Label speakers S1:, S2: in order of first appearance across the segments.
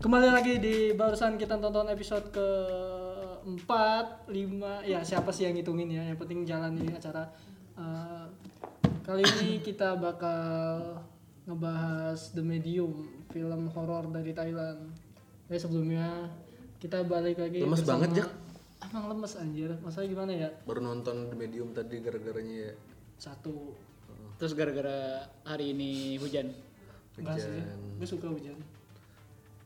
S1: Kembali lagi di barusan kita tonton episode ke 4, 5, ya siapa sih yang ngitungin ya, yang penting jalan ini acara. Eh, kali ini kita bakal ngebahas The Medium, film horor dari Thailand. Tapi sebelumnya kita balik lagi
S2: Lemes banget, Jak.
S1: Emang lemes anjir, masalah gimana ya?
S2: baru nonton The Medium tadi gara-garanya ya
S1: Satu,
S3: Terus gara-gara hari ini hujan.
S1: enggak sih,
S2: hujan
S1: gue suka hujan.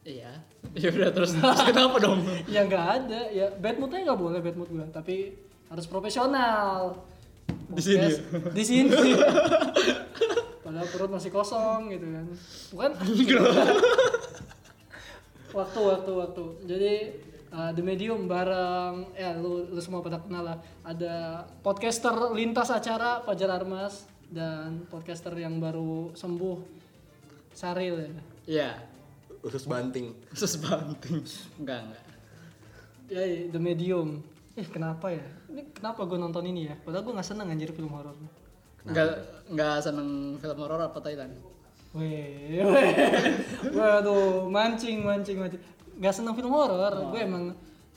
S3: Iya. Ya udah terus, terus kenapa dong?
S1: ya nggak ada ya bad moodnya nggak boleh bad mood gue tapi harus profesional
S3: Di sini ya?
S1: Podcast di sini padahal perut masih kosong gitu kan bukan waktu waktu waktu jadi uh, the medium bareng ya lu lu semua pada kenal lah ada podcaster lintas acara Fajar Armas dan podcaster yang baru sembuh Saril ya
S3: Iya.
S2: usus banting
S3: Terus banting. Enggak, enggak.
S1: Ya, ya, The Medium. Eh, kenapa ya? Ini kenapa gue nonton ini ya? Padahal gue gak seneng anjir film horor.
S3: Enggak enggak seneng film horor apa Thailand.
S1: Weh, weh. Waduh, mancing, mancing, mancing. Gak seneng film horor. Gue emang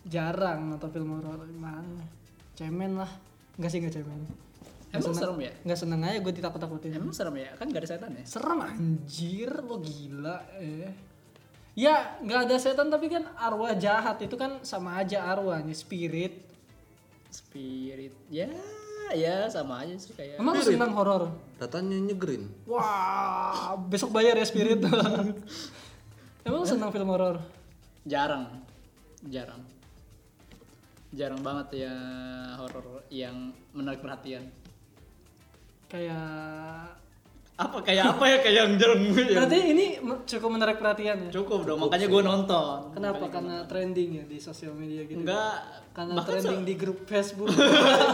S1: jarang nonton film horor. Emang cemen lah. Enggak sih, gak cemen.
S3: Emang serem ya?
S1: Gak seneng aja gue ditakut-takutin.
S3: Emang serem ya? Kan gak ada setan ya?
S1: Serem anjir, lo gila. Eh. Ya, nggak ada setan tapi kan arwah jahat itu kan sama aja arwahnya spirit.
S3: Spirit. Ya, ya sama aja sih kayak.
S1: Emang lu seneng horor?
S2: tatanya nyegerin
S1: Wah, besok bayar ya Spirit. Emang lu senang film horor?
S3: Jarang. Jarang. Jarang banget ya horor yang menarik perhatian.
S1: Kayak
S3: Apa kayak apa ya kayak yang jarang ya?
S1: Berarti ini me- cukup menarik perhatian ya.
S3: Cukup dong, makanya gue nonton.
S1: Kenapa? Karena trending ya di sosial media gitu.
S3: Enggak,
S1: Karena trending di grup Facebook.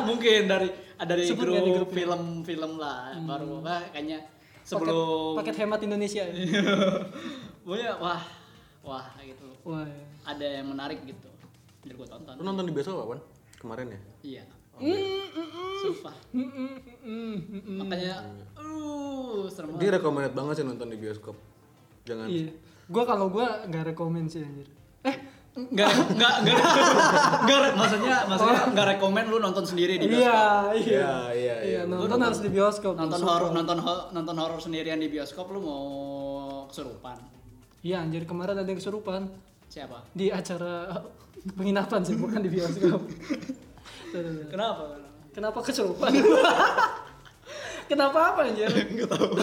S3: mungkin dari ada dari
S1: Sebut
S3: grup,
S1: nggak di Hmm.
S3: film-film lah baru wah kayaknya sebelum Iya.
S1: Paket hemat Indonesia ya.
S3: pokoknya wah wah gitu
S1: Wah. ya.
S3: ada yang menarik gitu jadi gue tonton
S2: lu nonton di besok apa Wan? kemarin ya
S3: iya
S1: Mm, mm, mm,
S3: sumpah
S1: mm, mm, mm, mm, mm.
S3: makanya uh serem
S2: dia
S3: banget
S2: recommended banget sih nonton di bioskop jangan
S1: Iya. Gua kalau gua nggak rekomen sih anjir. Eh,
S3: nggak nggak nggak nggak maksudnya maksudnya nggak rekomen lu nonton sendiri Eh, di bioskop
S1: Oh. iya, iya.
S2: iya iya
S1: Iya,
S2: iya
S1: nonton harus di bioskop.
S3: nonton
S1: Sumpah.
S3: horor nonton ho- nonton horor sendirian di bioskop lu mau kesurupan
S1: Iya, anjir kemarin ada yang kesurupan.
S3: siapa
S1: di acara eh, penginapan sih bukan di bioskop. Tuh, tuh, tuh.
S3: kenapa
S1: Kenapa kesurupan? Kenapa apa anjir?
S3: nggak tahu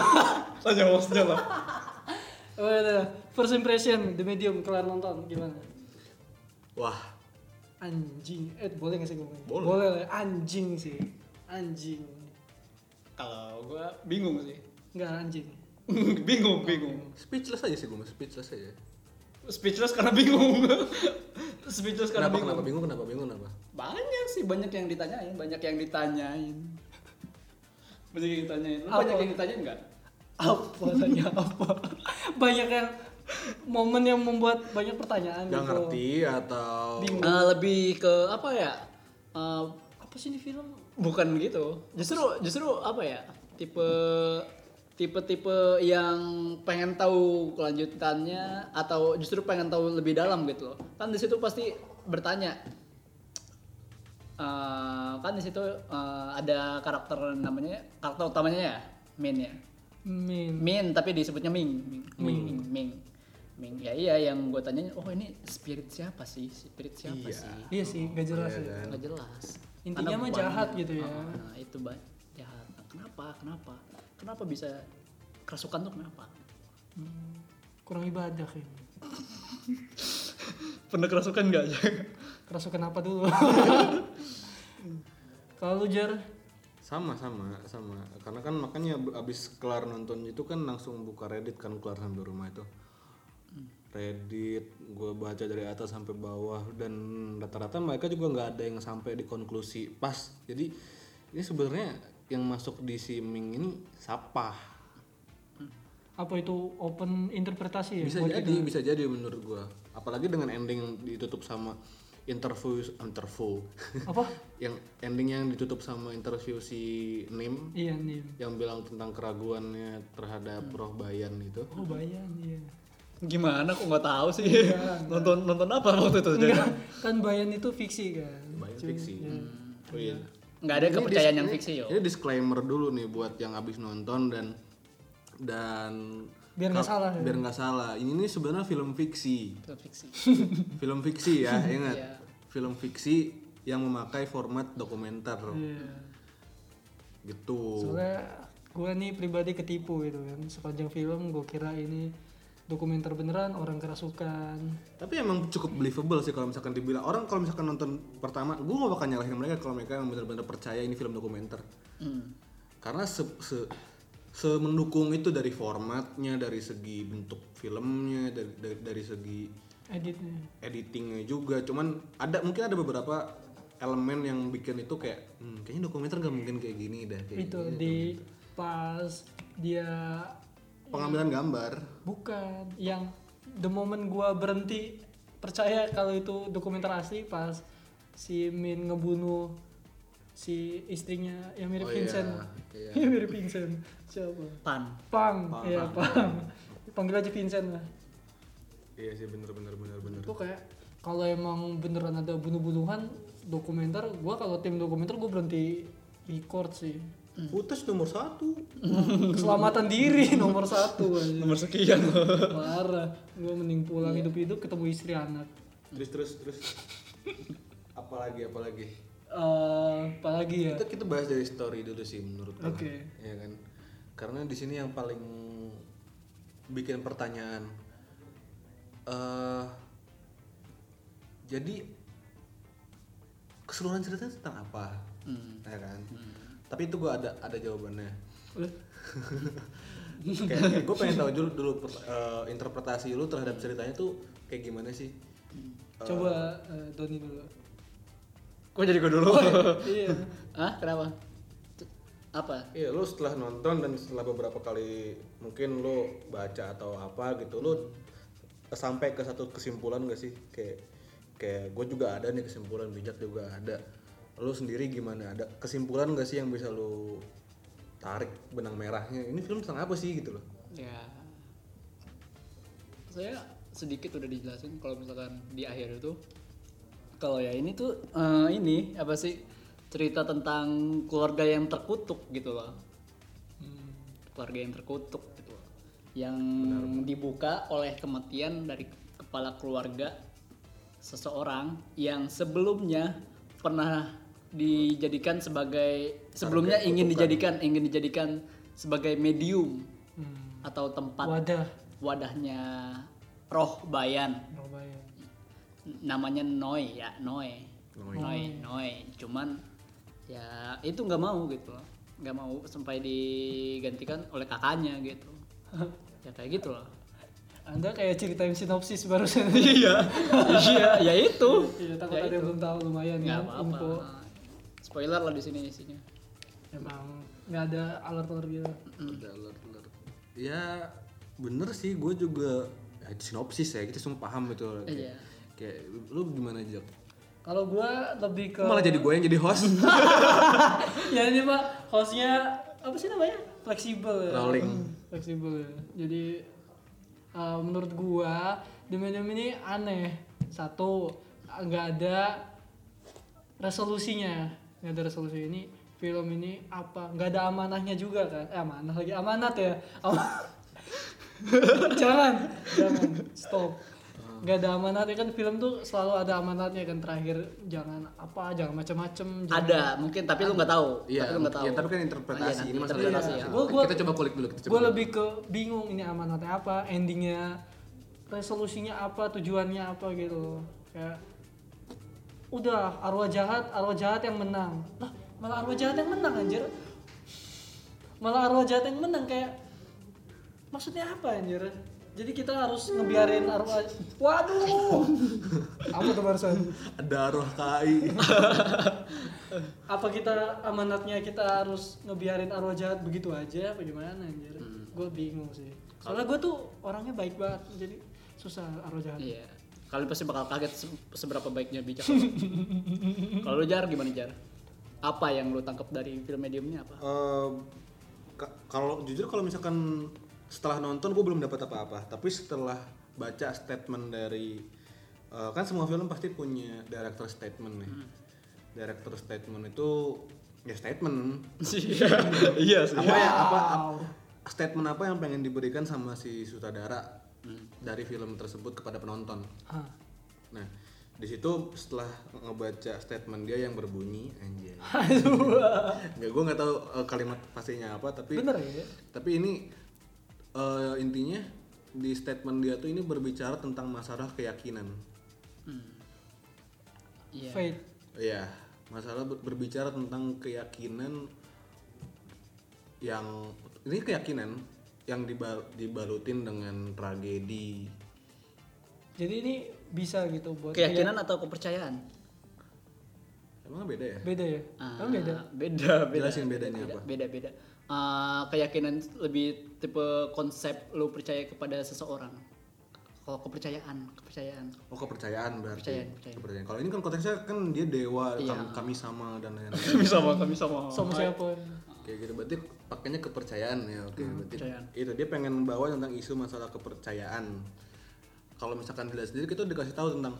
S3: tanya bosnya lah
S1: Oh, iya, iya. First impression The Medium kelar nonton gimana?
S2: wah
S1: Anjing. Eh boleh gak sih gue? ngomong?
S2: Boleh.
S1: Boleh lah. Anjing sih. Anjing.
S3: kalau gue bingung sih
S1: Enggak anjing.
S3: bingung bingung
S2: speechless aja sih gue speechless aja
S3: speechless karena bingung speechless karena
S2: kenapa
S3: bingung
S2: kenapa bingung kenapa bingung kenapa
S3: banyak sih banyak yang ditanyain banyak yang ditanyain banyak yang ditanyain Lu
S1: Apa?
S3: banyak yang ditanyain nggak
S1: Apa tanya apa? banyak yang momen yang membuat banyak pertanyaan
S2: nggak
S1: gitu.
S2: ngerti atau
S1: Bingung.
S3: Eh, lebih ke apa ya Eh,
S1: Apa sih ini film?
S3: bukan gitu justru justru apa ya tipe tipe-tipe yang pengen tahu kelanjutannya atau justru pengen tahu lebih dalam gitu loh kan di situ pasti bertanya Eh, kan di situ eh, ada karakter namanya karakter utamanya ya Min ya
S1: Min.
S3: Min tapi disebutnya Ming Ming Ming Ming, Ming. Ming. ya iya yang gue tanyain oh ini spirit siapa sih spirit siapa
S2: Iya.
S3: sih
S1: Iya sih, gak jelas
S2: Iya,
S1: ya.
S2: kan?
S3: nggak jelas
S1: Intinya
S3: Karena
S1: mah
S3: bukan-
S1: jahat gitu ya.
S3: Ah, nah, itu ba- jahat Nah, kenapa kenapa kenapa bisa kerasukan tuh kenapa
S1: Kurang ibadah kayaknya.
S3: pernah kerasukan nggak ya
S1: kerasukan apa dulu kalau lu jar
S2: sama sama sama karena kan makanya abis kelar nonton itu kan langsung buka Reddit kan keluar sampai rumah itu Reddit gue baca dari atas sampai bawah dan rata-rata mereka juga nggak ada yang sampai di konklusi pas jadi ini sebenarnya yang masuk di siming ini siapa
S1: apa itu open interpretasi ya
S2: bisa
S1: buat
S2: jadi
S1: kita?
S2: bisa jadi menurut gue apalagi dengan ending yang ditutup sama interview interview
S1: apa
S2: yang ending yang ditutup sama interview si Nim
S1: iya nih Hmm.
S2: yang bilang tentang keraguannya terhadap Roh Bayan itu
S1: oh bayan iya
S3: Gimana kok nggak tahu sih? nonton nonton apa waktu itu?
S1: Enggak, kan Bayan itu fiksi kan.
S2: Banyak fiksi. Oh iya.
S3: Nggak ada
S2: Ini
S3: kepercayaan
S2: dis-
S3: yang
S2: ini-
S3: fiksi yo.
S2: Ini disclaimer dulu nih buat yang habis nonton dan dan
S1: Biar nggak
S2: kap-
S1: salah ya.
S2: Biar nggak salah. Ini nih sebenarnya film fiksi.
S3: Itu fiksi.
S2: film fiksi ya, ingat.
S3: Iya.
S2: Film fiksi yang memakai format dokumenter
S1: Iya.
S2: gitu.
S1: Soalnya gue nih pribadi ketipu gitu kan. Sepanjang film gue kira ini dokumenter beneran orang kerasukan.
S2: Tapi emang cukup believable sih kalau misalkan dibilang orang kalau misalkan nonton pertama, gue gak bakal nyalahin mereka kalau mereka emang benar-benar percaya ini film dokumenter.
S3: Hmm.
S2: Karena se, se, se- mendukung itu dari formatnya, dari segi bentuk filmnya, dari dari, dari segi
S1: Editnya.
S2: editingnya juga. Cuman ada mungkin ada beberapa elemen yang bikin itu kayak "Hmm, kayaknya dokumenter gak mungkin kayak gini dah kayak
S1: itu
S2: gini."
S1: di pas dia
S2: pengambilan gambar
S1: bukan yang the moment gue berhenti percaya kalau itu dokumenter asli pas si Min ngebunuh si istrinya yang mirip
S2: Oh
S1: Vincent.
S2: iya,
S1: Yang mirip Vincent. Siapa?
S3: Pan.
S1: Pang,
S2: Pang,
S1: iya Pang. Panggil aja Vincent lah.
S2: iya sih bener bener bener bener
S1: Itu kayak kalau emang beneran ada bunuh-bunuhan dokumenter, gua kalau tim dokumenter gua berhenti record sih.
S2: putus nomor satu
S1: Keselamatan diri nomor satu. anjing.
S3: Nomor sekian loh.
S1: Parah, gue mending pulang
S2: Iya.
S1: hidup-hidup ketemu istri anak.
S2: terus terus terus apalagi apalagi
S1: Eh, apalagi ya?
S2: kita kita bahas dari story dulu sih menurut gua.
S1: Oke.
S2: Iya kan karena di sini yang paling bikin pertanyaan eh jadi keseluruhan ceritanya tentang apa ya kan tapi itu gua ada ada jawabannya kayak, gue pengen tahu dulu dulu per- eh, interpretasi lu terhadap ceritanya tuh kayak gimana sih
S1: Coba eh, Doni dulu.
S3: Kok jadi gue dulu?
S1: iya.
S3: Hah? Kenapa? T- Apa?
S2: Iya, lu setelah nonton dan setelah beberapa kali mungkin lu baca atau apa gitu, lu sampai ke satu kesimpulan gak sih? Kayak kayak gue juga ada nih kesimpulan bijak juga ada. Lu sendiri gimana? Ada kesimpulan gak sih yang bisa lu tarik benang merahnya? Ini film tentang apa sih gitu loh?
S3: Ya. Saya sedikit udah dijelasin kalau misalkan di akhir itu kalau ya ini tuh eh, ini apa sih cerita tentang keluarga yang terkutuk gitu loh.
S1: Hmm,
S3: Keluarga yang terkutuk gitu loh. Yang dibuka oleh kematian dari kepala keluarga seseorang yang sebelumnya pernah dijadikan sebagai sebelumnya ingin dijadikan ingin dijadikan sebagai medium
S1: Hmm.
S3: atau tempat
S1: Wadah.
S3: wadahnya roh bayan
S1: Surabaya.
S3: namanya Noi ya Noi
S2: Noi.
S3: Noi Noi. cuman ya itu nggak mau gitu loh nggak mau sampai digantikan oleh kakaknya gitu ya kayak gitu loh
S1: Anda Ah, kayak ceritain sinopsis barusan.
S3: iya iya ya itu
S1: iya, takut
S3: Ya
S1: ada yang
S3: itu.
S1: belum tahu lumayan
S3: nggak
S1: ya
S3: apa-apa
S1: info.
S3: spoiler lah di sini isinya
S1: Emang nggak ada alert-alert gitu.
S2: Ada alert-alert. Ya bener sih, gue juga ya, sinopsis ya kita semua paham itu. loh. Kayak,
S3: Iya.
S2: kayak lu gimana aja?
S1: Kalau gua lebih ke
S2: Malah jadi gue yang jadi host.
S1: ya ini pak hostnya apa sih namanya fleksibel ya
S2: Rolling.
S1: fleksibel ya jadi eh, menurut gua Dominion ini aneh satu nggak ada resolusinya nggak ada resolusi ini film ini apa nggak ada amanahnya juga kan eh, amanah lagi amanat ya Ama- jangan jangan stop nggak ada amanatnya kan film tuh selalu ada amanatnya kan terakhir jangan apa jangan macam-macam
S3: ada mungkin tapi lu nggak tahu tapi
S2: Iya,
S3: lu nggak tahu
S2: ya, tapi kan interpretasi
S3: Ah, iya,
S2: ini
S3: nanti
S2: masalahnya.
S3: interpretasi ya.
S1: Gua- gua-
S2: kita coba kulik dulu, kita coba.
S1: gue lebih ke bingung ini amanatnya apa endingnya resolusinya apa tujuannya apa gitu kayak udah arwah jahat arwah jahat yang menang lah malah arwah jahat yang menang anjir malah arwah jahat yang menang kayak maksudnya apa anjir jadi kita harus ngebiarin arwah waduh apa tuh barusan
S2: ada roh KAI.
S1: apa kita amanatnya kita harus ngebiarin arwah jahat begitu aja apa gimana anjir
S3: Hmm.
S1: gue bingung sih soalnya gue tuh orangnya baik banget jadi susah arwah jahat
S3: Iya. Kalian pasti bakal kaget se- seberapa baiknya bijak. orang. Kalau lu jar gimana jar? Apa yang lu tangkap dari film mediumnya apa?
S2: Eh, ka- kalau jujur kalau misalkan setelah nonton gue belum dapat apa-apa, tapi setelah baca statement dari eh, kan semua film pasti punya director statement nih.
S3: Hmm.
S2: Director statement itu ya statement
S3: Iya sih.
S2: apa ya apa, apa- statement apa yang pengen diberikan sama si sutradara
S3: Hmm.
S2: dari film tersebut kepada penonton.
S1: Hah.
S2: Nah, di situ setelah ngebaca statement dia yang berbunyi anjir. Enggak gua nggak tahu eh, kalimat pastinya apa tapi
S1: Bener ya?
S2: tapi ini eh, intinya di statement dia tuh ini berbicara tentang masalah keyakinan.
S3: Iya.
S1: Faith.
S2: Iya, masalah ber- berbicara tentang keyakinan yang ini keyakinan yang dibal- dibalutin dengan tragedi.
S1: Jadi ini bisa gitu buat
S3: Keyakinan atau kepercayaan?
S2: Emang beda ya?
S1: beda ya?
S3: Ah,
S1: Emang beda.
S3: Beda, beda.
S2: Jelasin bedanya
S3: beda,
S2: apa?
S3: Beda, beda. Ah, keyakinan lebih tipe konsep lu percaya kepada seseorang. Kalau kepercayaan, kepercayaan.
S2: Oh kepercayaan berarti.
S3: Kepercayaan, kepercayaan.
S2: Kepercayaan. Kalau ini kan konteksnya kan dia dewa,
S3: Iya.
S2: kam- kami, sama dan lain-lain.
S3: Kami sama, kami sama.
S1: Sama
S2: Oh.
S1: siapa?
S2: Kayak gitu berarti pakainya kepercayaan ya. Oke, berarti
S3: Hmm, kepercayaan.
S2: itu dia pengen bawa tentang isu masalah kepercayaan. Kalau misalkan dilihat sendiri kita dikasih tahu tentang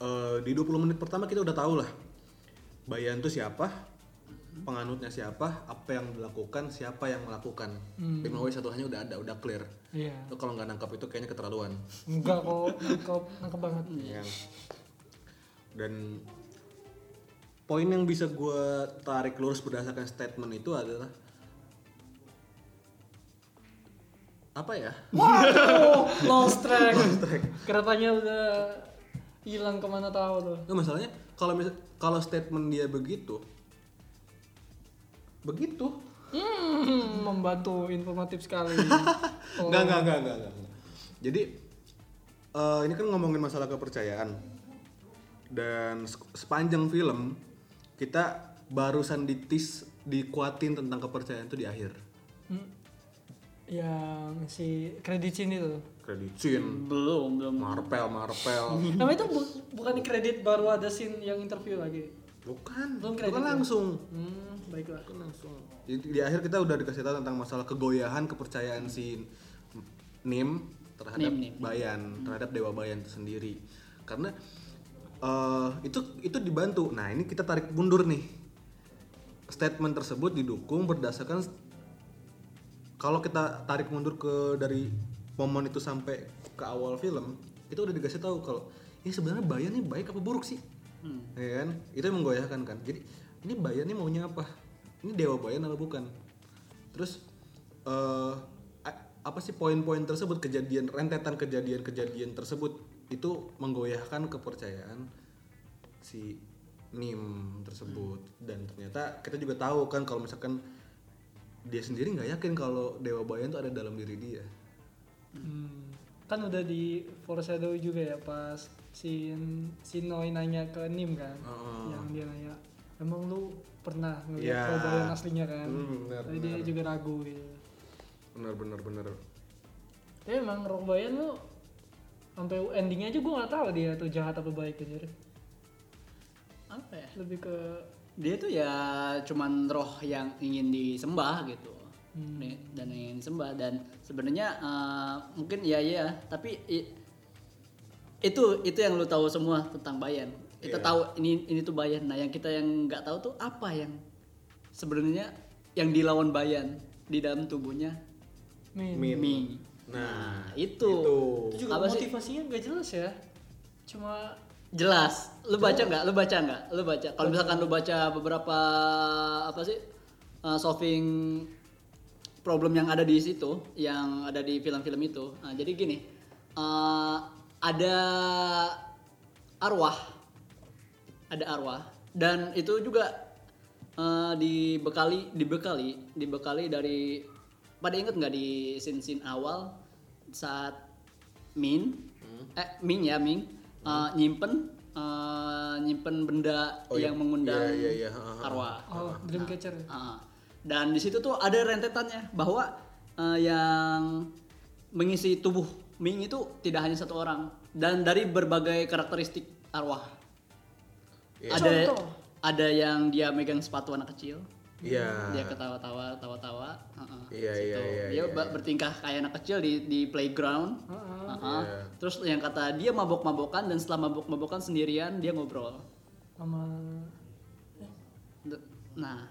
S2: eh, di 20 menit pertama kita udah tahu lah. Bayan itu siapa? Penganutnya siapa? Apa yang dilakukan? Siapa yang melakukan?
S3: Hmm.
S2: Lima W satu hanya udah ada, udah clear.
S1: Iya.
S2: Itu kalau nggak nangkap itu kayaknya keterlaluan.
S1: Enggak kok, nangkep, nangkep banget.
S2: Iya. Dan poin yang bisa gue tarik lurus berdasarkan statement itu adalah apa ya?
S1: Waduh, Oh, lost track. Keretanya udah hilang kemana tahu tuh.
S2: Nah, masalahnya kalau mis- kalau statement dia begitu, begitu,
S1: Hmm, membantu informatif sekali. Oh,
S2: nggak nggak nggak nggak. nggak. Jadi eh, ini kan ngomongin masalah kepercayaan dan se- sepanjang film kita barusan ditis dikuatin tentang kepercayaan itu di akhir.
S1: hmm. yang si kredit sini tuh.
S2: kredit scene
S3: Belum, belum.
S2: marpel marpel
S1: Nama itu bu- bukan kredit baru ada scene yang interview lagi.
S2: bukan
S1: Belum
S2: bukan
S1: kredit
S3: gitu.
S1: ya?
S2: langsung
S1: Hmm, baiklah.
S2: di, di akhir kita udah dikasih tahu tentang masalah kegoyahan kepercayaan si Nim terhadap
S3: Nim, Hmm. Nim.
S2: Bayan terhadap Dewa Bayan itu sendiri karena eh, itu itu dibantu nah ini kita tarik mundur nih statement tersebut didukung berdasarkan kalau kita tarik mundur ke dari momen itu sampai ke awal film itu udah dikasih tahu kalau ini sebenarnya Bayan nih baik apa buruk sih ya kan itu yang menggoyahkan kan jadi ini Bayan nih maunya apa ini dewa Bayan apa bukan terus eh, a- apa sih poin-poin tersebut kejadian rentetan kejadian-kejadian tersebut itu menggoyahkan kepercayaan si Nim tersebut dan ternyata kita juga tahu kan kalau misalkan dia sendiri nggak yakin kalau dewa bayan itu ada dalam diri dia
S1: Hmm. Kan udah di foreshadow juga ya pas si si Noi nanya ke Nim kan.
S2: Heeh.
S3: Ya.
S1: Yang dia nanya, "Emang lu pernah
S2: Iya.
S1: ngeliat yeah. aslinya kan?"
S2: Hmm, benar,
S1: Tapi dia juga ragu gitu.
S2: bener bener bener
S1: Tapi emang Rockbayan lu sampai endingnya aja gue nggak tahu dia tuh jahat apa baik aja.
S3: Apa ya?
S1: Lebih ke
S3: Dia tuh ya cuman roh yang ingin disembah gitu. Nih, Dan yang ingin disembah dan sebenarnya eh, mungkin ya ya, tapi i- itu itu yang lu tahu semua tentang Bayan. Kita
S2: Iya.
S3: tahu ini ini tuh Bayan. Nah, yang kita yang nggak tahu tuh apa yang sebenarnya yang dilawan Bayan di dalam tubuhnya
S1: min.
S2: Min.
S3: Mi.
S2: nah
S3: itu.
S1: Itu juga
S3: Apa sih?
S1: motivasinya nggak jelas ya. Cuma
S3: Jelas. Lu baca nggak? Lu baca nggak? Lu baca. Kalau misalkan lu baca beberapa apa sih uh, solving problem yang ada di situ, yang ada di film-film itu. Nah, jadi gini, uh, ada arwah, ada arwah, dan itu juga uh, dibekali, dibekali, dibekali dari pada inget nggak di scene-scene awal saat Min,
S2: Hmm.
S3: eh Min ya Min, uh, nyimpen uh, nyimpen benda
S2: Oh, iya.
S3: yang mengundang
S2: Iya, iya, iya. Ha, ha, ha.
S3: arwah.
S1: oh, Dreamcatcher. ya?
S3: Ah, dan di situ tuh ada rentetannya bahwa eh, yang mengisi tubuh Ming itu tidak hanya satu orang dan dari berbagai karakteristik arwah.
S2: Iya.
S3: Ada
S1: Contoh.
S3: ada yang dia megang sepatu anak kecil.
S2: Iya.
S3: dia ketawa-tawa tawa-tawa heeh,
S2: Iya,
S3: situ.
S2: iya, iya,
S3: dia
S2: iya,
S3: ba-
S2: iya.
S3: bertingkah kayak anak kecil di di playground
S1: Heeh.
S3: Heeh.
S2: Iya.
S3: terus yang kata dia mabok-mabokan dan setelah mabok-mabokan sendirian dia ngobrol
S1: sama
S3: D- nah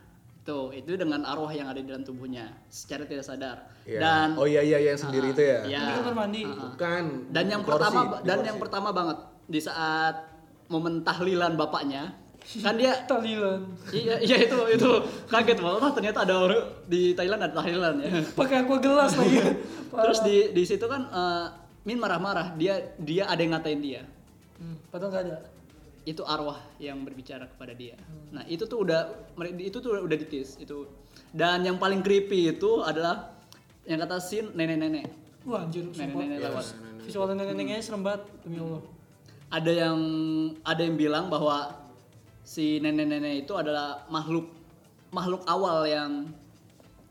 S3: itu itu dengan arwah yang ada di dalam tubuhnya secara tidak sadar
S2: Iya.
S3: dan
S2: oh iya iya yang sendiri itu ya.
S3: iya.
S1: di kamar mandi
S3: Heeh.
S2: Bukan.
S3: dan
S2: di
S3: yang
S2: kursi,
S3: pertama
S2: di
S3: dan
S2: kursi.
S3: yang pertama banget di saat momen tahlilan bapaknya kan dia
S1: tahlilan
S3: iya, iya itu itu kaget banget Wah, ternyata ada orang di Thailand ada tahlilan ya
S1: pakai aqua gelas lagi
S3: terus di di situ kan eh, Min marah-marah dia dia ada yang ngatain dia
S1: Hmm, padahal nggak ada
S3: itu arwah yang berbicara kepada dia nah itu tuh udah mere- itu tuh udah ditis itu dan yang paling creepy itu adalah yang kata sin nenek-nenek
S1: wah anjir sumpah
S2: Iya.
S3: nenek-nenek lewat
S1: visual nenek-neneknya serem banget demi Allah
S3: ada yang ada yang bilang bahwa si nenek-nenek itu adalah makhluk makhluk awal yang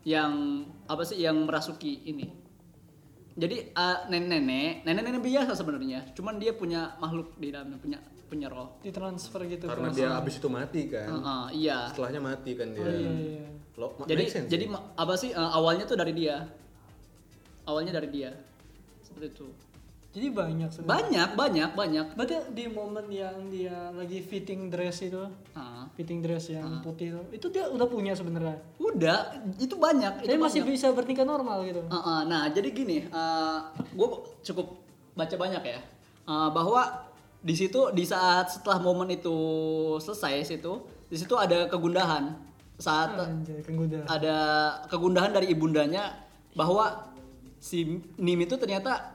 S3: yang apa sih yang merasuki ini. Jadi eh, nenek-nenek, nenek-nenek biasa sebenarnya, cuman dia punya makhluk di dalamnya, punya punya roh.
S1: ditransfer gitu ke
S2: karena dia
S1: masa-
S2: abis itu mati kan.
S3: Heeh, iya.
S2: Setelahnya mati kan dia.
S1: oh, iya, iya.
S2: Lo, ma-
S3: Jadi
S2: make sense iya. ya?
S3: jadi
S2: sih.
S3: ma- apa sih eh, awalnya tuh dari dia. Awalnya dari dia. Seperti itu.
S1: jadi banyak sebenarnya
S3: Banyak, banyak, banyak.
S1: berarti di momen yang dia lagi fitting dress itu
S3: Ah,
S1: fitting dress yang putih itu itu dia udah punya sebenarnya
S3: udah, itu banyak. itu
S1: tapi masih
S3: banyak.
S1: bisa bertingkat normal gitu
S3: Uh-uh, nah jadi gini, gue cukup baca banyak ya uh, bahwa di situ di saat setelah momen itu selesai situ, di situ ada kegundahan saat
S1: anjay kegoda
S3: ada kegundahan dari ibundanya bahwa si Nim itu ternyata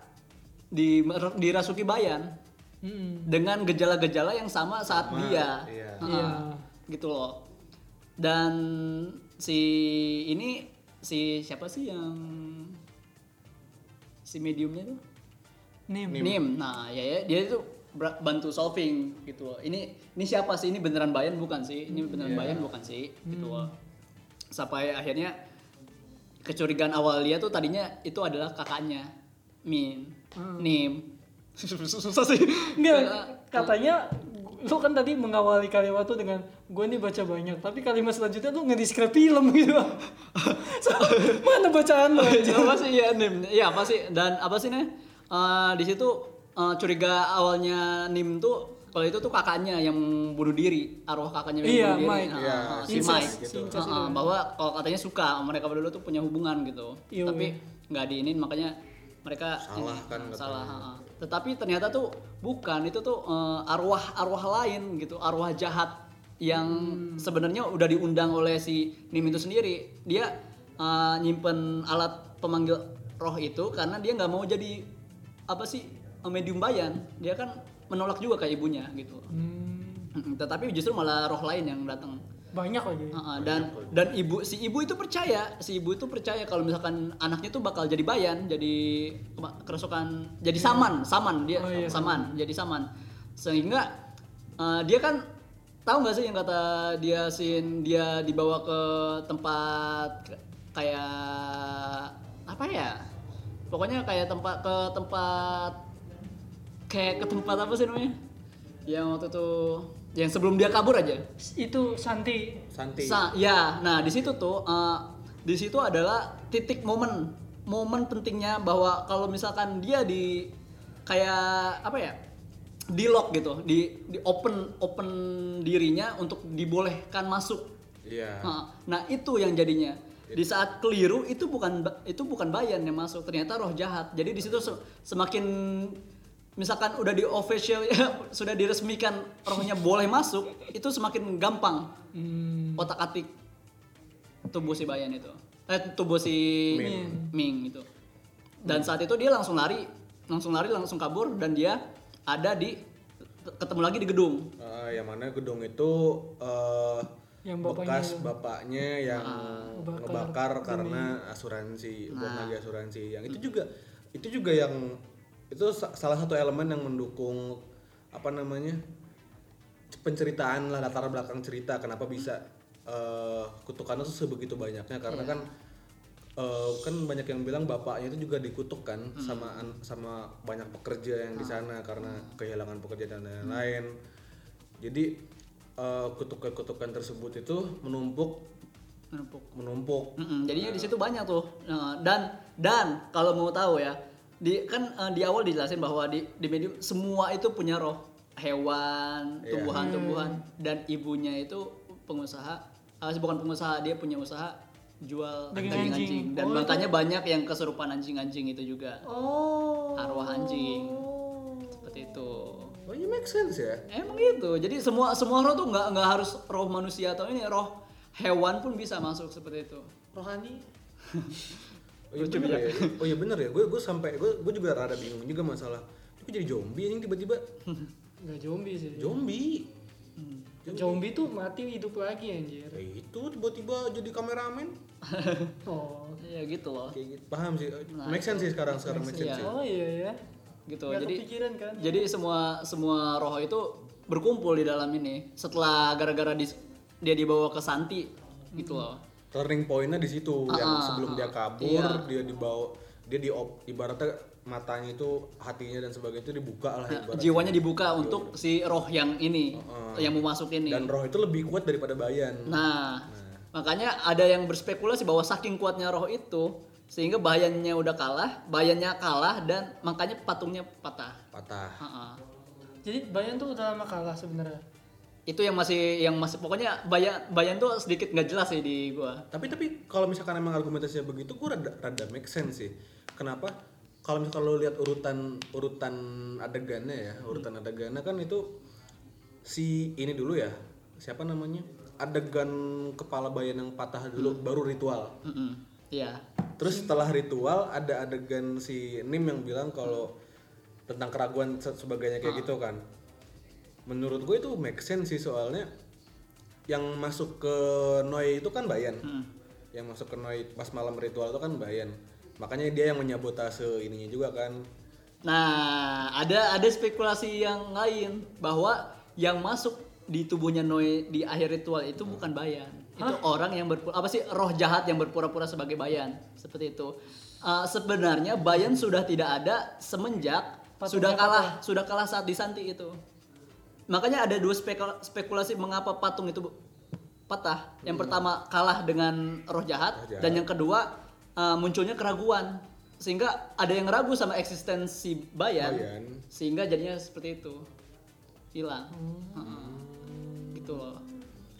S3: di, dirasuki Bayan
S1: Mm-mm.
S3: dengan gejala-gejala yang sama saat
S2: Sama,
S3: dia,
S2: iya.
S3: Uh-uh,
S1: Iya.
S3: gitu loh. Dan si ini si siapa sih yang si mediumnya tuh?
S1: nim
S2: Nim.
S3: Nim. Nah, ya, ya dia itu ber- bantu solving gitu loh. Ini ini siapa sih? Ini beneran Bayan bukan sih? Ini
S2: Iya.
S3: beneran Bayan bukan sih? Gitu loh. Sampai akhirnya kecurigaan awal dia tuh tadinya itu adalah kakaknya Min, Nim. Susah sih.
S1: Enggak,
S3: Karena-
S1: katanya lu kan tadi mengawali kalimat tuh dengan gue nih baca banyak, tapi kalimat selanjutnya tuh nge-describe film gitu. So, mana bacaan lu?
S3: Iya, apa sih ya Nim? Iya apa sih? Dan apa sih nih? Eh, di situ eh, curiga awalnya Nim tuh kalau itu tuh kakaknya yang bunuh diri, arwah kakaknya yang
S1: Iya,
S3: bunuh diri.
S1: Mike.
S3: Ah,
S2: Iya,
S3: ah, si
S1: Incest,
S3: Mike.
S1: si
S3: Ah,
S1: incest
S3: ah,
S1: itu.
S3: bahwa kalau katanya suka mereka berdua tuh punya hubungan gitu.
S1: Iya,
S3: Tapi nggak diinin makanya mereka
S2: Salah
S3: ini,
S2: kan
S3: ah,
S2: katanya.
S3: salah. ah, ah. Tetapi ternyata tuh bukan itu tuh eh, arwah-arwah lain gitu, arwah jahat yang sebenarnya udah diundang oleh si Nim itu sendiri. Dia eh, nyimpen alat pemanggil roh itu karena dia nggak mau jadi apa sih medium bayan. Dia kan menolak juga kayak ibunya gitu.
S1: Hmm,
S3: Mm-mm, Tetapi justru malah roh lain yang datang.
S1: banyak lagi.
S3: Heeh, dan dan ibu si ibu itu percaya si ibu itu percaya kalau misalkan anaknya tuh bakal jadi bayan jadi kema- kerusukan jadi saman saman
S1: Iya.
S3: dia
S1: Oh, iya.
S3: saman jadi saman sehingga eh, dia kan tahu nggak sih yang kata dia sin dia dibawa ke tempat k- kayak apa ya pokoknya kayak tempat ke tempat kayak ke tempat apa sih namanya yang waktu itu yang sebelum dia kabur aja
S1: Itu Santi.
S2: Santi.
S3: Sa- ya, nah di situ tuh eh, di situ adalah titik momen momen pentingnya bahwa kalau misalkan dia di kayak apa ya? di lock gitu, di di open open dirinya untuk dibolehkan masuk.
S2: Iya.
S3: Nah, nah, itu yang jadinya. Di saat keliru itu bukan ba- itu bukan bayan yang masuk, ternyata roh jahat. Jadi di situ se- semakin misalkan udah di official sudah diresmikan rohnya boleh masuk, itu semakin gampang
S1: Hmm,
S3: otak atik tubuh si Bayan itu eh tubuh si Ming.
S1: Ming.
S3: itu dan saat itu dia langsung lari langsung lari langsung kabur dan dia ada di ketemu lagi di gedung
S2: Eh, yang mana gedung itu eh,
S1: Yang bapaknya
S2: bekas
S1: itu.
S2: bapaknya yang
S1: Ngebakar.
S2: ngebakar karena asuransi bom lagi asuransi yang itu juga itu juga yang itu sa- salah satu elemen yang mendukung apa namanya penceritaan lah latar belakang cerita kenapa bisa eh, kutukannya tuh sebegitu banyaknya karena kan eh, kan banyak yang bilang bapaknya itu juga dikutuk kan sama an- sama banyak pekerja yang di sana karena kehilangan pekerjaan dan lain-lain jadi eh, kutukan-kutukan tersebut itu menumpuk
S3: menumpuk.
S2: menumpuk
S3: Mm-mm, jadinya di situ banyak tuh. Nah, dan dan kalau mau tahu ya, di kan eh, di awal dijelasin bahwa di di medium semua itu punya roh hewan,
S2: Iya.
S3: tumbuhan-tumbuhan
S1: Hmm.
S3: dan ibunya itu pengusaha eh, bukan pengusaha, dia punya usaha jual
S1: Daging
S3: daging
S1: anjing.
S3: anjing dan
S1: Oh,
S3: makanya banyak yang keserupaan anjing-anjing itu juga.
S1: Oh.
S3: Arwah anjing. Seperti itu.
S2: oh ini make sense ya
S3: Emang gitu. Jadi semua semua roh tuh nggak nggak harus roh manusia atau ini roh hewan pun bisa masuk seperti itu.
S1: Rohani.
S2: oh iya bener ya oh iya bener ya gue gue sampai gue gue juga rada bingung juga masalah gue jadi zombie anjing tiba-tiba
S1: Enggak zombie sih.
S2: zombie
S3: Hmm.
S1: Zombie tuh mati hidup lagi anjir.
S2: Ya
S3: Eh.
S2: itu tiba-tiba jadi kameramen
S1: Oh.
S3: Ya gitu loh.
S2: kayak gitu paham sih make sense sih sekarang sekarang make sense
S3: Iya.
S2: sih
S1: Oh iya ya.
S3: Gitu.
S1: Nggak
S3: jadi
S1: kepikiran kan?
S3: jadi semua semua roh itu berkumpul di dalam ini setelah gara-gara dis- dia dibawa ke Santi gitu loh.
S2: turning pointnya di situ
S3: Ah,
S2: yang sebelum dia kabur
S3: Iya.
S2: dia dibawa dia di ibaratnya matanya itu hatinya dan sebagainya itu dibuka lah ibaratnya
S3: Ah, Nah, Jiwanya dibuka untuk si roh yang ini yang mau masuk ini.
S2: Oh. dan roh itu lebih kuat daripada bayan
S3: Nah, makanya ada yang berspekulasi bahwa saking kuatnya roh itu sehingga bayannya udah kalah, bayannya kalah dan makanya patungnya patah.
S2: patah
S3: Ha-ha.
S1: Jadi Bayan tuh udah lama kalah sebenarnya.
S3: Itu yang masih yang masih pokoknya bayan bayan tuh sedikit nggak jelas sih di gua.
S2: tapi tapi kalau misalkan emang argumentasinya begitu gue rada, rada make sense sih kenapa kalau misalkan lo lihat urutan urutan adegannya ya urutan adegannya kan itu si ini dulu ya siapa namanya adegan kepala bayan yang patah dulu baru ritual
S3: Mm-mm. Iya.
S2: Terus setelah ritual ada adegan si Nim yang bilang kalau tentang keraguan se- sebagainya kayak gitu kan. Menurut gue itu make sense sih soalnya yang masuk ke Noi itu kan Bayan.
S3: Hmm.
S2: Yang masuk ke Noi pas malam ritual itu kan Bayan. Makanya dia yang menyabotase ininya juga kan.
S3: Nah, ada ada spekulasi yang lain bahwa yang masuk di tubuhnya Noi di akhir ritual itu bukan bayan. Itu orang yang berpura apa sih roh jahat yang berpura-pura sebagai bayan. Seperti itu. Eh, sebenarnya bayan sudah tidak ada semenjak
S1: Patungnya
S3: sudah kalah, sudah kalah saat disanti itu. Makanya ada dua spekul- spekulasi mengapa patung itu bu- patah. Yang pertama kalah dengan roh jahat,
S2: Roh jahat.
S3: dan yang kedua eh, munculnya keraguan sehingga ada yang ragu sama eksistensi bayan,
S2: Bayan.
S3: sehingga jadinya seperti itu hilang Heeh. gitu loh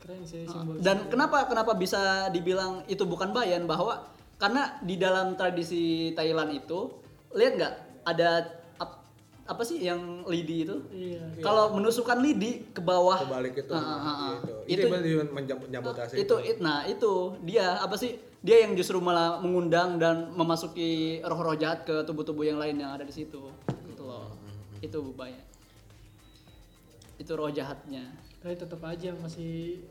S1: Keren sih simbol.
S3: Ah, dan kenapa kenapa bisa dibilang itu bukan bayan bahwa karena di dalam tradisi Thailand itu lihat nggak ada ap- apa sih yang lidi itu
S1: Iya.
S3: kalau menusukkan lidi ke bawah
S2: Kebalik itu.
S3: Heeh, heeh.
S2: gitu. Itu,
S3: ah, Itu-
S2: itu menyabotase
S3: itu, it- nah itu dia apa sih dia yang justru malah mengundang dan memasuki roh-roh jahat ke tubuh-tubuh yang lain yang ada di situ gitu loh itu banyak itu roh jahatnya
S1: Tapi tetap aja masih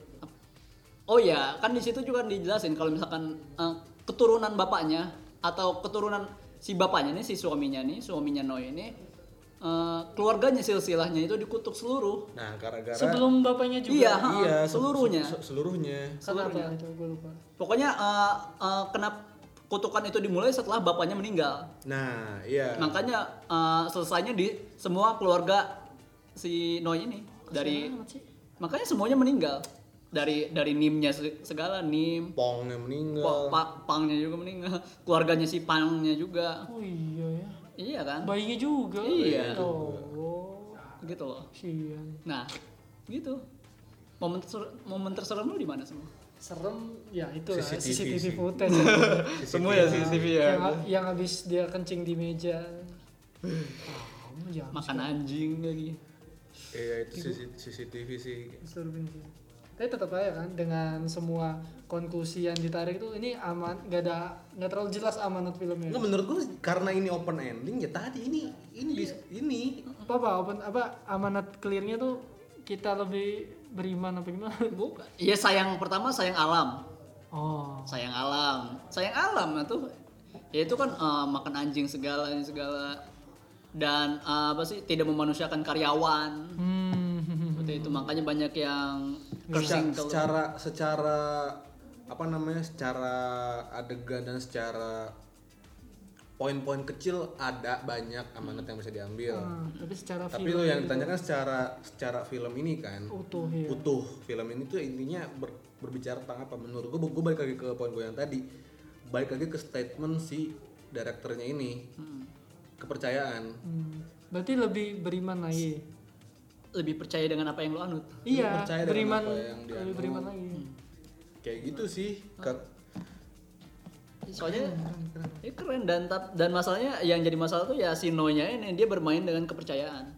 S3: oh ya kan di situ juga dijelasin kalau misalkan eh, keturunan bapaknya atau keturunan si bapaknya nih si suaminya nih suaminya Noi ini eh, keluarganya silsilahnya itu dikutuk seluruh
S2: Nah, gara-gara
S1: sebelum bapaknya
S3: iya
S1: juga.
S3: ha,
S2: iya, se- se-
S3: seluruhnya
S2: se- seluruhnya.
S1: Kenapa itu gue lupa.
S3: Pokoknya eh, eh, kenapa kutukan itu dimulai setelah bapaknya meninggal.
S2: Nah, iya.
S3: Makanya eh, selesainya di semua keluarga si Noi ini dari makanya semuanya meninggal dari dari nimnya se- segala nim
S2: Pong yang meninggal.
S3: pa, Pa- pangnya juga meninggal keluarganya si pangnya juga
S1: Oh iya ya.
S3: iya kan
S1: Bayinya juga.
S3: Iya.
S1: Oh.
S3: gitu loh
S1: Sian.
S3: nah gitu momen ter- momen terserem lu di mana semua
S1: Serem ya itu lah
S2: CCTV
S1: CCTV,
S2: sih.
S1: footage.
S3: semua ya si
S1: yang, yang habis dia kencing di meja. ya. Kamu jangan
S3: makan anjing lagi
S2: Iya itu CC- CCTV sih.
S1: disturbing sih. Tapi tetap aja kan dengan semua konklusi yang ditarik tuh ini aman gak ada nggak terlalu jelas amanat filmnya.
S2: Nggak menurut gue karena ini open ending ya tadi ini ini dis- ini
S1: Apa apa, open- apa amanat clearnya tuh kita lebih beriman apa gimana?
S3: bukan iya sayang pertama sayang alam
S1: Oh.
S3: sayang alam sayang alam nah tuh ya itu kan eh, makan anjing segala segala dan eh, apa sih tidak memanusiakan karyawan
S1: Hmm.
S3: seperti itu makanya banyak yang
S2: Seca-
S3: cursing ke-
S2: secara secara apa namanya secara adegan dan secara poin-poin kecil ada banyak amanat yang bisa diambil.
S1: Ah, tapi secara
S2: Iya. Tapi lo yang ditanyakan secara secara film ini kan
S1: utuh ya.
S2: utuh film ini tuh intinya ber- berbicara tentang apa menurut gue gue balik lagi ke poin gue yang tadi balik lagi ke statement si direkturnya ini
S3: Hmm.
S2: kepercayaan
S1: Hmm, berarti lebih beriman lagi.
S3: lebih percaya dengan apa yang lo anut
S1: Iya,
S2: percaya dengan
S1: beriman
S2: apa yang dia
S1: lebih beriman
S2: anut.
S1: lagi.
S2: kayak gitu sih Ka-
S3: soalnya ini keren dan tap- dan masalahnya yang jadi masalah tuh ya si Nonya ini dia bermain dengan kepercayaan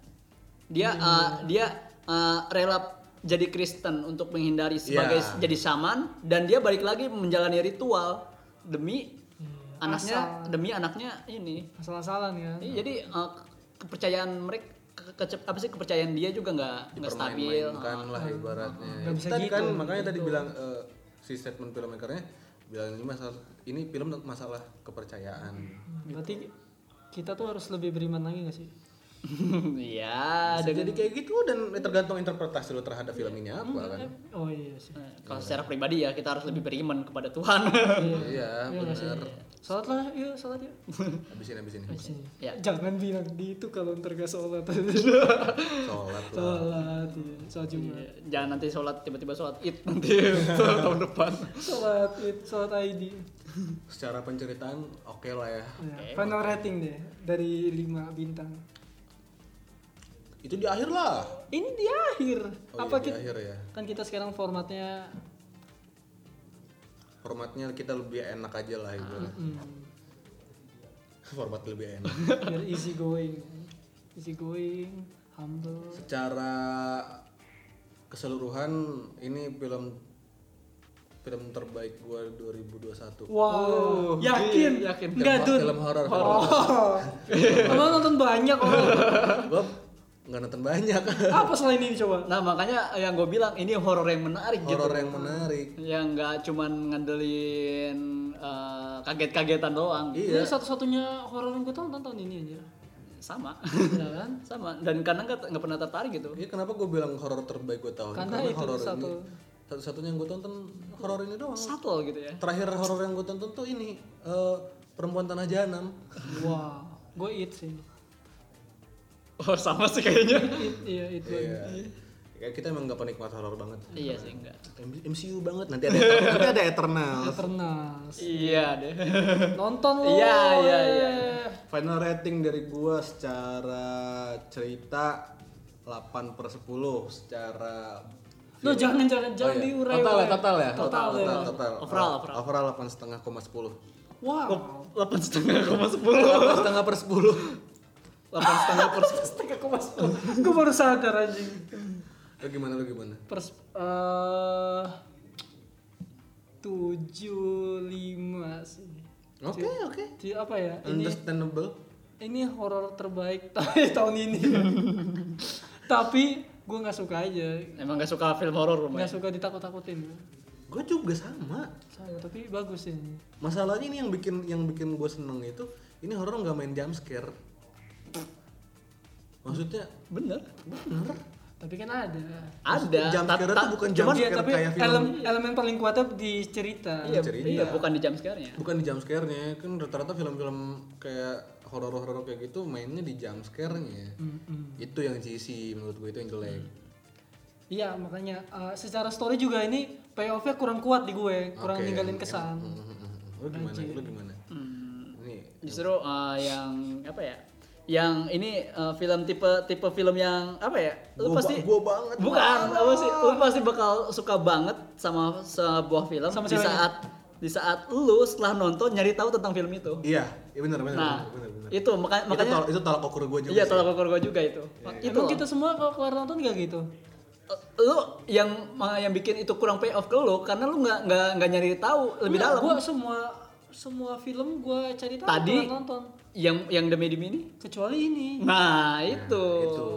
S3: dia uh, dia uh, rela jadi Kristen untuk menghindari sebagai
S2: Iya.
S3: jadi saman dan dia balik lagi menjalani ritual demi
S1: Iya,
S3: anaknya
S1: asal.
S3: demi anaknya ini
S1: Asal-asalan ya.
S3: Iya, jadi uh, kepercayaan mereka ke- ke- apa sih kepercayaan dia juga nggak nggak stabil
S2: dipermain-mainkan lah ibaratnya
S1: Nggak
S2: Itu
S1: bisa
S2: tadi kan
S1: gitu,
S2: makanya tadi bilang eh, si statement filmmakernya bilang ini masalah ini film tentang masalah kepercayaan
S1: Berarti kita tuh harus lebih beriman lagi gak sih?
S3: iya
S2: Bisa
S3: dengan
S2: jadi kayak gitu dan tergantung interpretasi lo terhadap film ini apa kan
S1: Oh iya sih.
S3: eh, kalau secara pribadi ya kita harus lebih beriman kepada Tuhan
S2: iya benar
S1: Salat lah, yuk salat yuk.
S2: Iya. abisin abisin
S1: Sini.
S3: Ya.
S1: Jangan bilang di itu kalau ntar gak sholat.
S2: sholat lah
S1: sholat, iya. sholat Jumat.
S3: jangan nanti sholat tiba-tiba sholat id nanti tahun depan
S1: Sholat, id, sholat ID.
S2: secara penceritaan oke lah ya
S1: Ya, Final rating deh, dari 5 bintang.
S2: itu di akhir lah
S1: Ini di akhir.
S2: oh
S1: Apa
S2: iya, di
S1: kita,
S2: akhir ya
S1: kan kita sekarang formatnya
S2: formatnya kita lebih enak aja lah ibaratnya.
S1: hmm,
S2: format lebih enak
S1: biar easy going. Easy going, humble.
S2: secara keseluruhan ini film film terbaik gua
S1: Wow,
S2: 2021
S3: Oh,
S1: yakin?
S3: iya, yakin.
S1: Enggak,
S2: Film-
S1: Dun.
S2: film horor film horor.
S1: Oh. Emang nonton banyak orang.
S2: gua nggak nonton banyak
S1: Apa selain ini coba?
S3: nah makanya yang gue bilang ini horor yang menarik gitu
S2: horor yang menarik
S3: yang nggak cuman ngandelin eh, kaget-kagetan doang
S1: Ini
S2: iya
S1: satu-satunya horor yang gue tonton tahun ini anjir.
S3: sama
S1: Iya kan?
S3: sama dan karena nggak nggak pernah tertarik gitu
S2: Iya, kenapa gua bilang horor terbaik gua tahun
S1: Karena itu
S2: horor
S1: satu.
S2: ini satu-satunya yang gua tonton horor ini doang
S3: subtle gitu ya
S2: terakhir horor yang gua tonton tuh ini eh, perempuan tanah jahanam
S1: Wah, gue it sih.
S3: oh sama sih kayaknya
S1: It, iya, it banget.
S2: iya ya kita emang nggak penikmat horor banget
S3: iya sih enggak
S2: M- MCU banget nanti ada nanti ada Eternal
S1: Eternas.
S3: iya deh
S1: Nonton lo.
S3: Iya, iya, iya.
S2: Final rating dari gua secara cerita 8 per 10 secara
S1: Lo jangan jangan jangan
S2: Oh iya.
S1: diurai.
S2: total ya
S1: urai.
S2: total ya
S1: Total,
S2: total,
S1: ya.
S2: total.
S3: Overall, overall.
S2: overall 8 setengah koma 10
S1: Wow.
S3: delapan setengah koma sepuluh
S2: 8 setengah per 10
S3: delapan setengah persen
S1: Setengah koma sepuluh. Gue baru sadar anjing.
S2: lo gimana lo gimana
S1: Pers eh, tujuh lima sih.
S2: oke oke
S1: Di- apa ya? Ini
S2: understandable
S1: ini horor terbaik tahun ini. Tapi gue nggak suka aja.
S3: emang nggak suka film horor rumah
S1: Nggak suka ditakut-takutin.
S2: gua juga sama
S1: Sama, tapi bagus ini.
S2: masalahnya ini yang bikin yang bikin gue seneng itu ini horor nggak main jump scare maksudnya
S3: bener
S2: bener
S1: Tapi kan ada.
S3: ada
S2: jump
S3: ta-
S2: scare
S3: ta-
S2: tuh bukan jump
S1: Cuman ya,
S2: scare
S1: tapi
S2: kayak film
S1: elem- elemen paling kuatnya di cerita.
S3: iya,
S2: cerita.
S3: iya, bukan di jam sekarang ya
S2: bukan di jump scare-nya kan rata-rata film-film kayak horor-horor kayak gitu mainnya di jump scare-nya itu yang sisi menurut gue itu yang jelek
S1: Iya, makanya eh, secara story juga ini payoff-nya kurang kuat di gue, kurang
S2: Oke.
S1: ninggalin kesan.
S2: lu gimana lu gimana
S3: Hmm,
S2: ini
S3: justru uh, yang apa ya yang ini uh, film tipe tipe film yang apa ya
S2: Gua
S3: lu
S2: ba-
S3: pasti
S2: gua banget,
S3: bukan apa sih lu pasti bakal suka banget sama sebuah film
S1: Sama
S3: di
S1: ceweknya.
S3: saat di saat lu setelah nonton nyari tahu tentang film itu
S2: iya iya benar benar
S3: nah
S2: benar benar
S3: itu maka-
S2: itu
S3: makanya
S2: tol- itu tolak ukur gue juga
S3: iya
S2: sih. Iya,
S3: tolak ukur gua juga itu itu
S1: Emang gitu?
S3: loh.
S1: kita semua kalau keluar nonton gak gitu?
S3: Eh, lu yang yang bikin itu kurang pay off ke lu karena lu nggak nggak nggak nyari tahu lebih
S1: Nggak,
S3: dalam
S1: Gue semua semua film gue cari tahu
S3: Tadi-
S1: keluar nonton.
S3: yang yang demi demi ini
S1: Kecuali ini.
S3: nah itu
S2: itu.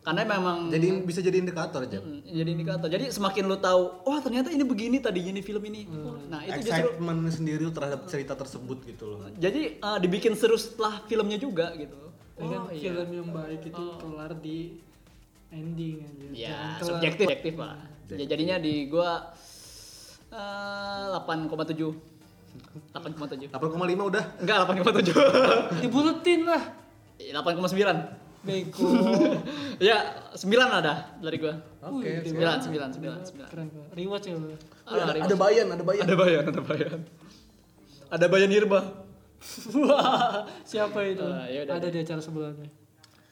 S3: karena memang
S2: jadi bisa jadi indikator aja
S3: Mm, jadi indikator jadi semakin lu tahu wah ternyata ini begini tadinya nih film ini Wah, nah itu justru
S2: excitement sendiri lu terhadap cerita tersebut gitu loh
S3: jadi eh, dibikin seru setelah filmnya juga gitu
S1: Ya kan,
S3: oh iya Oh.
S1: film yang baik itu kelar di ending aja.
S3: ya
S1: Jangan kelar-
S3: subjektif subjektif lah ya, jadinya di gua eh, 8,7 8,7
S2: 8,5 udah
S3: enggak 8,7
S1: Dibuletin lah.
S3: 8,9
S1: Beko.
S3: ya, 9 ada dari gua.
S1: Wih,
S2: Oke, sembilan.
S3: sembilan, sembilan, sembilan, sembilan.
S1: Keren banget. Rewatch ya. Bro.
S3: Ada,
S2: ada bayan, ada bayan.
S3: ada bayan, ada bayan. Ada bayan Hirba.
S1: Wah, Siapa itu?
S3: Ah, yaudah.
S1: Ada di acara sebelumnya.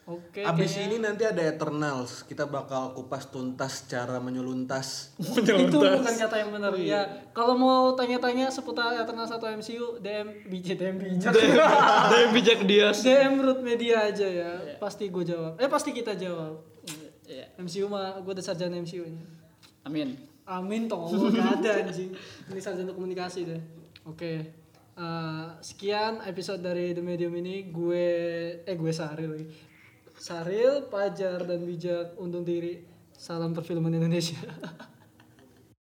S1: Oke.
S2: Abis
S1: kayaknya-
S2: ini nanti ada Eternals. Kita bakal kupas tuntas secara menyeluntas.
S1: itu bukan kata yang
S3: Oh,
S1: benar
S3: iya.
S1: ya kalau mau tanya-tanya seputar Eternal satu MCU DM BJ DM BJ
S3: Ada yang bijak dia.
S1: DM root media aja ya pasti gue jawab eh pasti kita jawab
S3: Iya.
S1: MCU mah gue udah sarjana MCU nya
S3: Amin.
S1: amin toh gak ada anjing ini sarjana komunikasi deh oke Eh, sekian episode dari The Medium ini gue eh gue Saril lagi Saril Pajar dan Bijak untung diri salam perfilman Indonesia